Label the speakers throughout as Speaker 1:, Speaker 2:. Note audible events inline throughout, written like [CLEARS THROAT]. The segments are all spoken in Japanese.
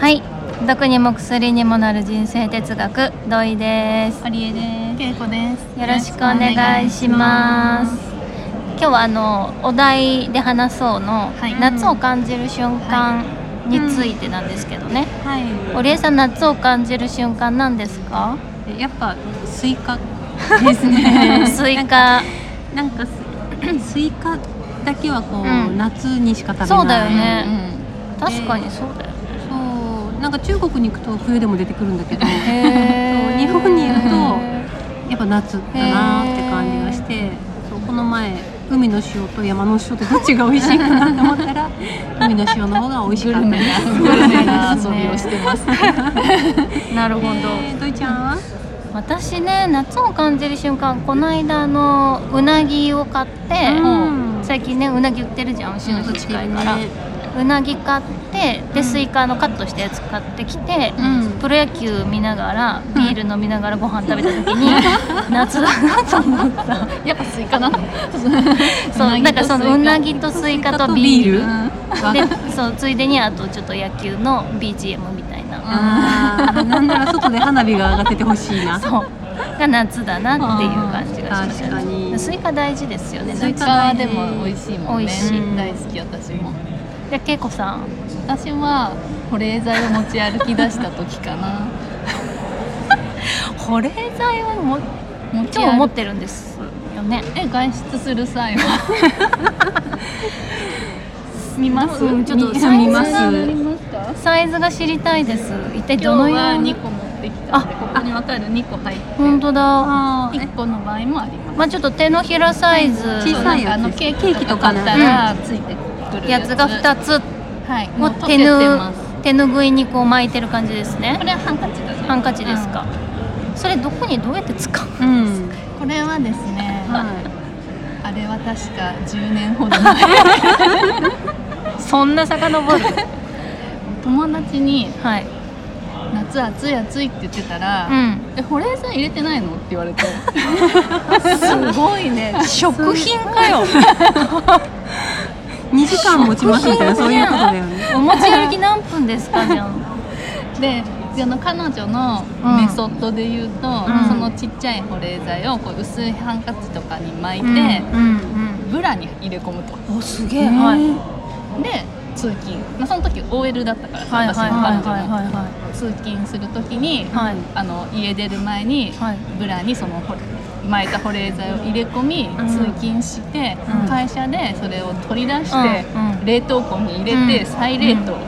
Speaker 1: はい毒にも薬にもなる人生哲学土井です
Speaker 2: ありえです。けいこです。
Speaker 1: よろしくお願いします今日はあのお題で話そうの、
Speaker 2: はい
Speaker 1: 夏を感じる瞬間についてなんですけどね、
Speaker 2: はい。
Speaker 1: 堀江さん夏を感じる瞬間なんですか。
Speaker 2: えやっぱスイカですね
Speaker 1: スイ。カ
Speaker 2: なんか [CLEARS THROAT] ススイカだけはこう、
Speaker 1: うん
Speaker 2: 夏にしか食べない。
Speaker 1: そうだよね
Speaker 2: うん
Speaker 1: 確かにそうだよ
Speaker 2: そうなんか中国に行くと冬でも出てくるんだけど、や
Speaker 1: ね
Speaker 2: へー日本にいるとっぱ夏だなーって感じがして、そうこの前海の塩と山の塩とどっちが美味しいかなと思っ
Speaker 1: [LAUGHS]
Speaker 2: たら、海の塩の方が美味しかったです。
Speaker 1: グルメな遊びをして
Speaker 2: ます。
Speaker 1: [LAUGHS] なるほ
Speaker 2: え
Speaker 1: ど、
Speaker 2: ー、どいちゃんは？
Speaker 1: 私ね夏を感じる瞬間この間あのうなぎを買って、
Speaker 2: うん
Speaker 1: 最近ねうなぎ売ってるじゃんうちの家近いから、うなぎ買ってで、
Speaker 2: うん
Speaker 1: スイカのカットしたやつ買ってきて、
Speaker 2: うん
Speaker 1: プロ野球見ながらビール飲みながらご飯食べた時に夏だなと思った
Speaker 3: やっぱスイカなの。
Speaker 1: そうなんかそのうなぎとスイカとビール
Speaker 2: で
Speaker 1: でそうついでにあとちょっと野球の BGM みたいな、
Speaker 2: あーなんなら外で花火が上がっててほしいな。
Speaker 1: そうが夏だなっていう感じがしまし
Speaker 2: あー
Speaker 1: た
Speaker 2: 確か
Speaker 1: ね
Speaker 2: に
Speaker 1: スイカ大事ですよね
Speaker 3: スイカはでも美味しいもんね。
Speaker 1: 美味しい
Speaker 3: うん大好き私も。
Speaker 1: でけいこさん
Speaker 3: 私は保冷剤を持ち歩き出した時かな。
Speaker 1: 保冷剤をも
Speaker 3: 持ち
Speaker 1: 今日
Speaker 3: 歩
Speaker 1: 持っ
Speaker 3: い
Speaker 1: てるんですよね
Speaker 3: [LAUGHS] え外出する際は見ます。 [LAUGHS]
Speaker 1: うんちょっと
Speaker 3: 見
Speaker 1: サイズ
Speaker 3: 見
Speaker 1: が
Speaker 3: 見ますか？
Speaker 1: サイズが知りたいです一体
Speaker 3: 今
Speaker 1: どの
Speaker 3: 日
Speaker 1: よ
Speaker 3: は
Speaker 1: う
Speaker 3: 二
Speaker 1: な
Speaker 3: 個持ってきたんで。ここにわかる二個入って。
Speaker 1: 本当だ
Speaker 2: あー
Speaker 3: 一個の場合もあります。
Speaker 1: まあちょっと手のひらサイズ
Speaker 2: 小さいやつ
Speaker 3: あのケーキとか買ったらついてくる
Speaker 1: やつが2つ
Speaker 3: はい、も
Speaker 1: を
Speaker 3: う
Speaker 1: 手
Speaker 3: 溶けて
Speaker 1: ぬ
Speaker 3: ます。
Speaker 1: 手ぬぐいにこう巻いてる感じですね
Speaker 3: これはハンカチだね。
Speaker 1: ハンカチですか、それどこにどうやって使う
Speaker 2: えうん。
Speaker 3: うん。これはですね、
Speaker 2: は
Speaker 3: あれは確か10年ほど前、
Speaker 1: そんな遡る
Speaker 3: 友達に
Speaker 1: はい
Speaker 3: 夏暑い暑いって言ってた
Speaker 1: う
Speaker 3: ら、
Speaker 1: ん
Speaker 3: え保冷剤入れてないのって言わ
Speaker 1: [LAUGHS]
Speaker 3: れて、すごいね。
Speaker 1: 食品かよ
Speaker 2: い。二時間持ちますみたいなそういうことだよね。
Speaker 1: お持ち歩き何分ですかじゃん
Speaker 3: で。その彼女の
Speaker 1: うん
Speaker 3: メソッドで言うと、
Speaker 1: ん
Speaker 3: そのちっちゃい保冷剤をこう薄いハンカチとかに巻いて、
Speaker 1: うんうん
Speaker 3: ブラに入れ込むと
Speaker 1: うんおすげえはい
Speaker 3: で通勤、まあ、その時 OL だったからさ
Speaker 1: はいはい
Speaker 3: 私
Speaker 1: はい
Speaker 3: の
Speaker 1: はい
Speaker 3: 彼女も
Speaker 1: は
Speaker 3: 通勤する時に、
Speaker 1: いはい
Speaker 3: あの家出る前に、
Speaker 1: はい
Speaker 3: ブラにそのほ巻いた保冷剤を入れ込み、
Speaker 1: ん
Speaker 3: 通勤して、
Speaker 1: うん
Speaker 3: 会社でそれを取り出して、
Speaker 1: うんうん
Speaker 3: 冷凍庫に入れ
Speaker 1: う
Speaker 3: て、
Speaker 1: ん
Speaker 3: 再冷凍、
Speaker 1: うん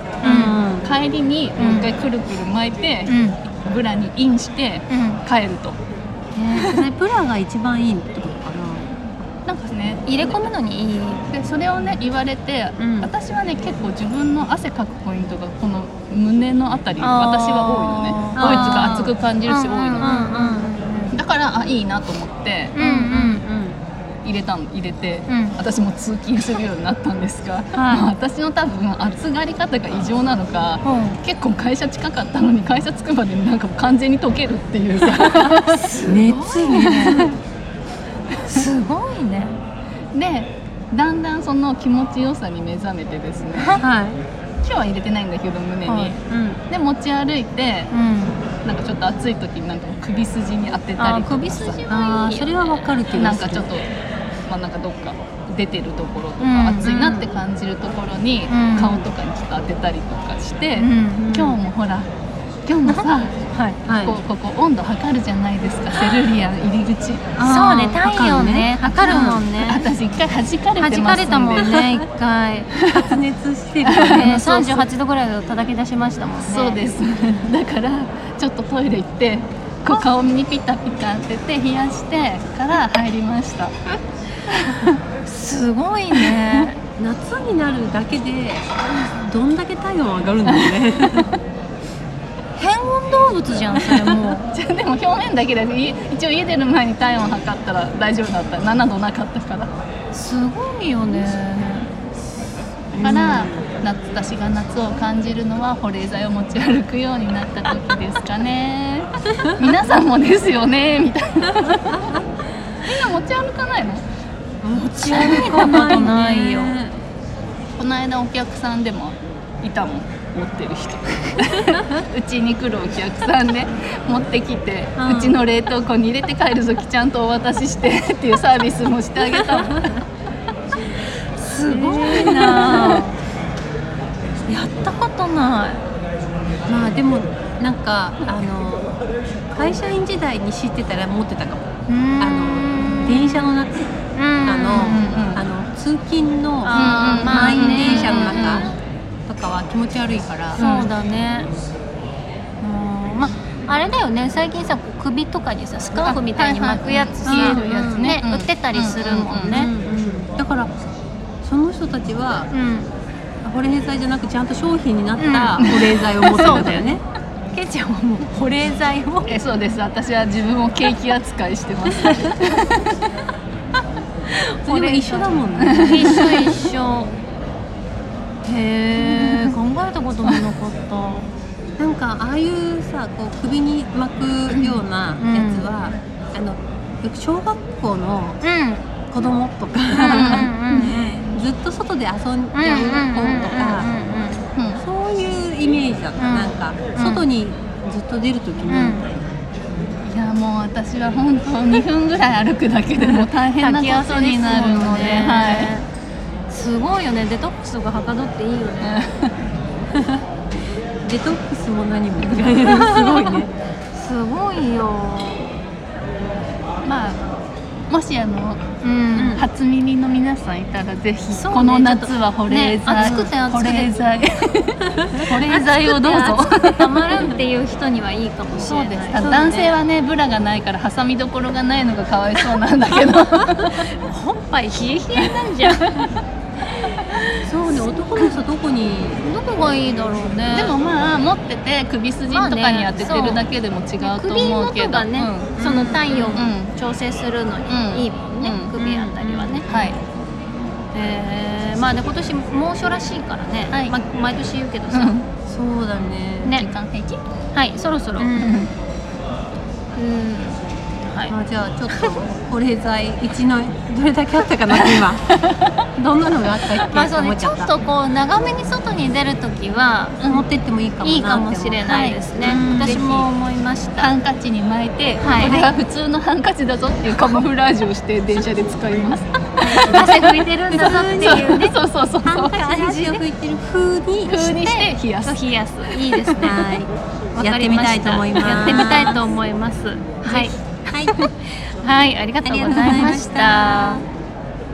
Speaker 3: 帰りに
Speaker 1: ん
Speaker 3: もう一回くるくる巻いて、
Speaker 1: うん
Speaker 3: ブラにインして
Speaker 1: うん
Speaker 3: 帰ると
Speaker 2: えーそれプラが一番いいってことか
Speaker 3: なんかね
Speaker 1: 入れ込むのにいい
Speaker 3: でそれをね言われて、
Speaker 2: うん
Speaker 3: 私はね結構自分の汗かくポイントがこの胸のあたり私は多いのね
Speaker 1: あー
Speaker 3: ドイツが熱く感じるし多い
Speaker 1: うん
Speaker 3: の
Speaker 1: う
Speaker 3: だからあいいなと思って
Speaker 1: んうんうん
Speaker 2: な。うん。
Speaker 3: 入れたの入れて、
Speaker 1: うん
Speaker 3: 私も通勤するようになったんですが、まあ私の多分暑がり方が異常なのか、
Speaker 1: うん
Speaker 3: 結構会社近かったのに会社着くまでになんか完全に溶けるっていうさ
Speaker 1: [LAUGHS]
Speaker 2: 熱ね。
Speaker 1: すごいね。
Speaker 3: でだんだんその気持ちよさに目覚めてですね
Speaker 2: は
Speaker 3: 今日は入れてないんだけど胸に、
Speaker 1: はい
Speaker 2: い。うん。
Speaker 3: で持ち歩いて
Speaker 1: うん。
Speaker 3: なんかちょっと暑い時になんか首筋に当てた
Speaker 1: あ
Speaker 3: り
Speaker 1: ー、
Speaker 3: とか
Speaker 1: 首筋
Speaker 3: さ
Speaker 1: はいいよ、ね。
Speaker 2: ああそれはわかるけど。
Speaker 3: なんかちょっと、まあ、なんかどっか出てるところとか、
Speaker 1: うん
Speaker 3: 暑いなって感じるところに、
Speaker 1: うん
Speaker 3: 顔とかにちょっと当てたりとかして、
Speaker 1: うん。
Speaker 3: 今日もほら今日もさ
Speaker 1: [LAUGHS]
Speaker 2: はいはい。
Speaker 3: こうここ温度測るじゃないですかセルリアン入り口
Speaker 1: そうね、
Speaker 2: あー
Speaker 1: 太陽ね、測るもんね。
Speaker 3: 私一回弾かれてます
Speaker 1: 弾か
Speaker 3: んで
Speaker 1: れたもんね、一回。
Speaker 2: 発熱してる。
Speaker 1: [LAUGHS] ね、三十八度ぐらいを叩き出しましたもんね。
Speaker 3: そうです [LAUGHS] だからちょっとトイレ行ってこう顔にピタピタ当てて冷やしてから入りました
Speaker 1: す。すごい [LAUGHS] ね。
Speaker 2: 夏になるだけでどんだけ体温上がるんだろうね。
Speaker 1: 変温動物じゃん、それもう。
Speaker 3: じゃあ [LAUGHS] でも表面だけだしい一応家出る前に体温測ったら大丈夫だった7度なかったからだ
Speaker 1: すごいよね。
Speaker 3: から、夏私が夏を感じるのは保冷剤を持ち歩くようになった時ですかね皆さんもですよねみたいな [LAUGHS] みんな持ち歩かないの
Speaker 2: 持
Speaker 1: ち歩いたことないよ
Speaker 3: この間お客さんでもいたもん持ってる人うちに来るお客さんで持ってきて、う
Speaker 2: うん
Speaker 3: ちの冷凍庫に入れて帰る時ちゃんとお渡ししてっていうサービスもしてあげたもん
Speaker 1: すごいなあやったことない
Speaker 2: まあでもなんかあの会社員時代に知ってたら持ってたかもあの電車の中あ
Speaker 3: うんうん
Speaker 2: のあの通勤の
Speaker 1: あ
Speaker 3: ー
Speaker 2: 満員電車の
Speaker 1: まあ
Speaker 2: 中
Speaker 1: ね
Speaker 2: とかは気持ち悪いから
Speaker 1: そうだねうんまああれだよね最近さ首とかにさスカーフみたいに巻くやつさ、
Speaker 3: はいはい
Speaker 2: うん
Speaker 3: やつね
Speaker 1: ね売ってたりするもん
Speaker 2: うん
Speaker 1: ね
Speaker 2: うんだからその人たちは
Speaker 1: うん
Speaker 2: 保冷剤じゃなくちゃんと商品になった保冷剤を持ってたんだよね、ケイちゃんはもう保冷剤を
Speaker 3: えそうです私は自分をケーキ扱いしてます
Speaker 2: それは一緒だもんね
Speaker 1: 一緒一緒へえ考えたこともなかった
Speaker 2: なんかああいうさこう首に巻くようなやつは、あのよく小学校
Speaker 1: う
Speaker 2: の
Speaker 1: ん
Speaker 2: 子供とか、
Speaker 1: うん
Speaker 2: ずっと外で遊んじゃう子と
Speaker 1: うんうん
Speaker 2: か、
Speaker 3: うん
Speaker 2: そういうイメージだった、
Speaker 1: うん
Speaker 2: なんか
Speaker 1: ん
Speaker 2: 外にずっと出る時
Speaker 1: うんうん
Speaker 2: に、
Speaker 3: いやもう私は本当2分ぐらい歩くだけでも大変なことになるので、はい
Speaker 1: いすごいよねデトックスがはかどっていいよね
Speaker 2: デトックスも何もすごいね
Speaker 1: すごいよ
Speaker 3: まあもしあの
Speaker 1: うん
Speaker 3: 初耳の皆さんいたらぜひ、
Speaker 1: そうね
Speaker 3: この夏は保冷剤、
Speaker 1: ね暑くて暑
Speaker 3: 保
Speaker 1: くて
Speaker 3: 冷剤 [LAUGHS] 保冷剤をどうぞ
Speaker 1: 暑くて暑くてたまるんっていう人にはいいかもしれ
Speaker 3: そう
Speaker 1: ない
Speaker 3: です男性はねブラがないから挟みどころがないのがかわいそうなんだけど
Speaker 1: おっぱい冷え冷えなんじゃん
Speaker 2: [LAUGHS] そうね男の人どこに
Speaker 1: どこがいいだろうね
Speaker 3: [LAUGHS] でもまあ持ってて首筋とかに当ててるだけでも違うと
Speaker 1: 首
Speaker 3: 思うけ
Speaker 1: 元
Speaker 3: ど
Speaker 1: がね、
Speaker 3: うん
Speaker 1: その太陽を
Speaker 3: うん
Speaker 1: 調整するの
Speaker 3: うん
Speaker 1: にいいもんね、
Speaker 3: うん
Speaker 1: 首あたりはね、
Speaker 3: はい
Speaker 1: えーまあね今年猛暑らしいからね、
Speaker 3: はい
Speaker 1: ま、毎年言うけどさ、
Speaker 3: う
Speaker 2: そうだね
Speaker 3: ん、
Speaker 1: ね
Speaker 3: 時間平均
Speaker 1: はいそろそろ、うん
Speaker 3: うん
Speaker 1: はい、
Speaker 2: あじゃあちょっと保冷剤一のどれだけあったかなって今どんなのがあったっけ、
Speaker 1: [LAUGHS] まあそう
Speaker 2: 思
Speaker 1: ね
Speaker 2: っ
Speaker 1: ち
Speaker 2: ゃ
Speaker 1: ょ
Speaker 2: た
Speaker 1: っとこう長めに外に出るときは
Speaker 2: 持ってってもいいかも
Speaker 1: いいかもしれないですね、
Speaker 3: はい
Speaker 1: 私も思いました、
Speaker 3: ハンカチに巻いて、
Speaker 1: はい
Speaker 3: これは [LAUGHS] 普通のハンカチだぞっていうカモフラージュをして電車で使います。
Speaker 1: 汗拭いてるんだぞっていうね
Speaker 3: [LAUGHS] そうそうそう
Speaker 1: ハ
Speaker 3: そ
Speaker 1: ン
Speaker 3: う。
Speaker 1: カチ
Speaker 2: を拭いてる風に
Speaker 3: 風にして冷やす。
Speaker 1: 冷やすいいですね
Speaker 2: は
Speaker 1: わ
Speaker 2: い
Speaker 1: か
Speaker 2: やって
Speaker 1: り
Speaker 2: み
Speaker 1: ま
Speaker 2: たい
Speaker 1: し
Speaker 2: と思います
Speaker 1: やってみたいと思いますはい
Speaker 2: はい
Speaker 1: はいありがとうございました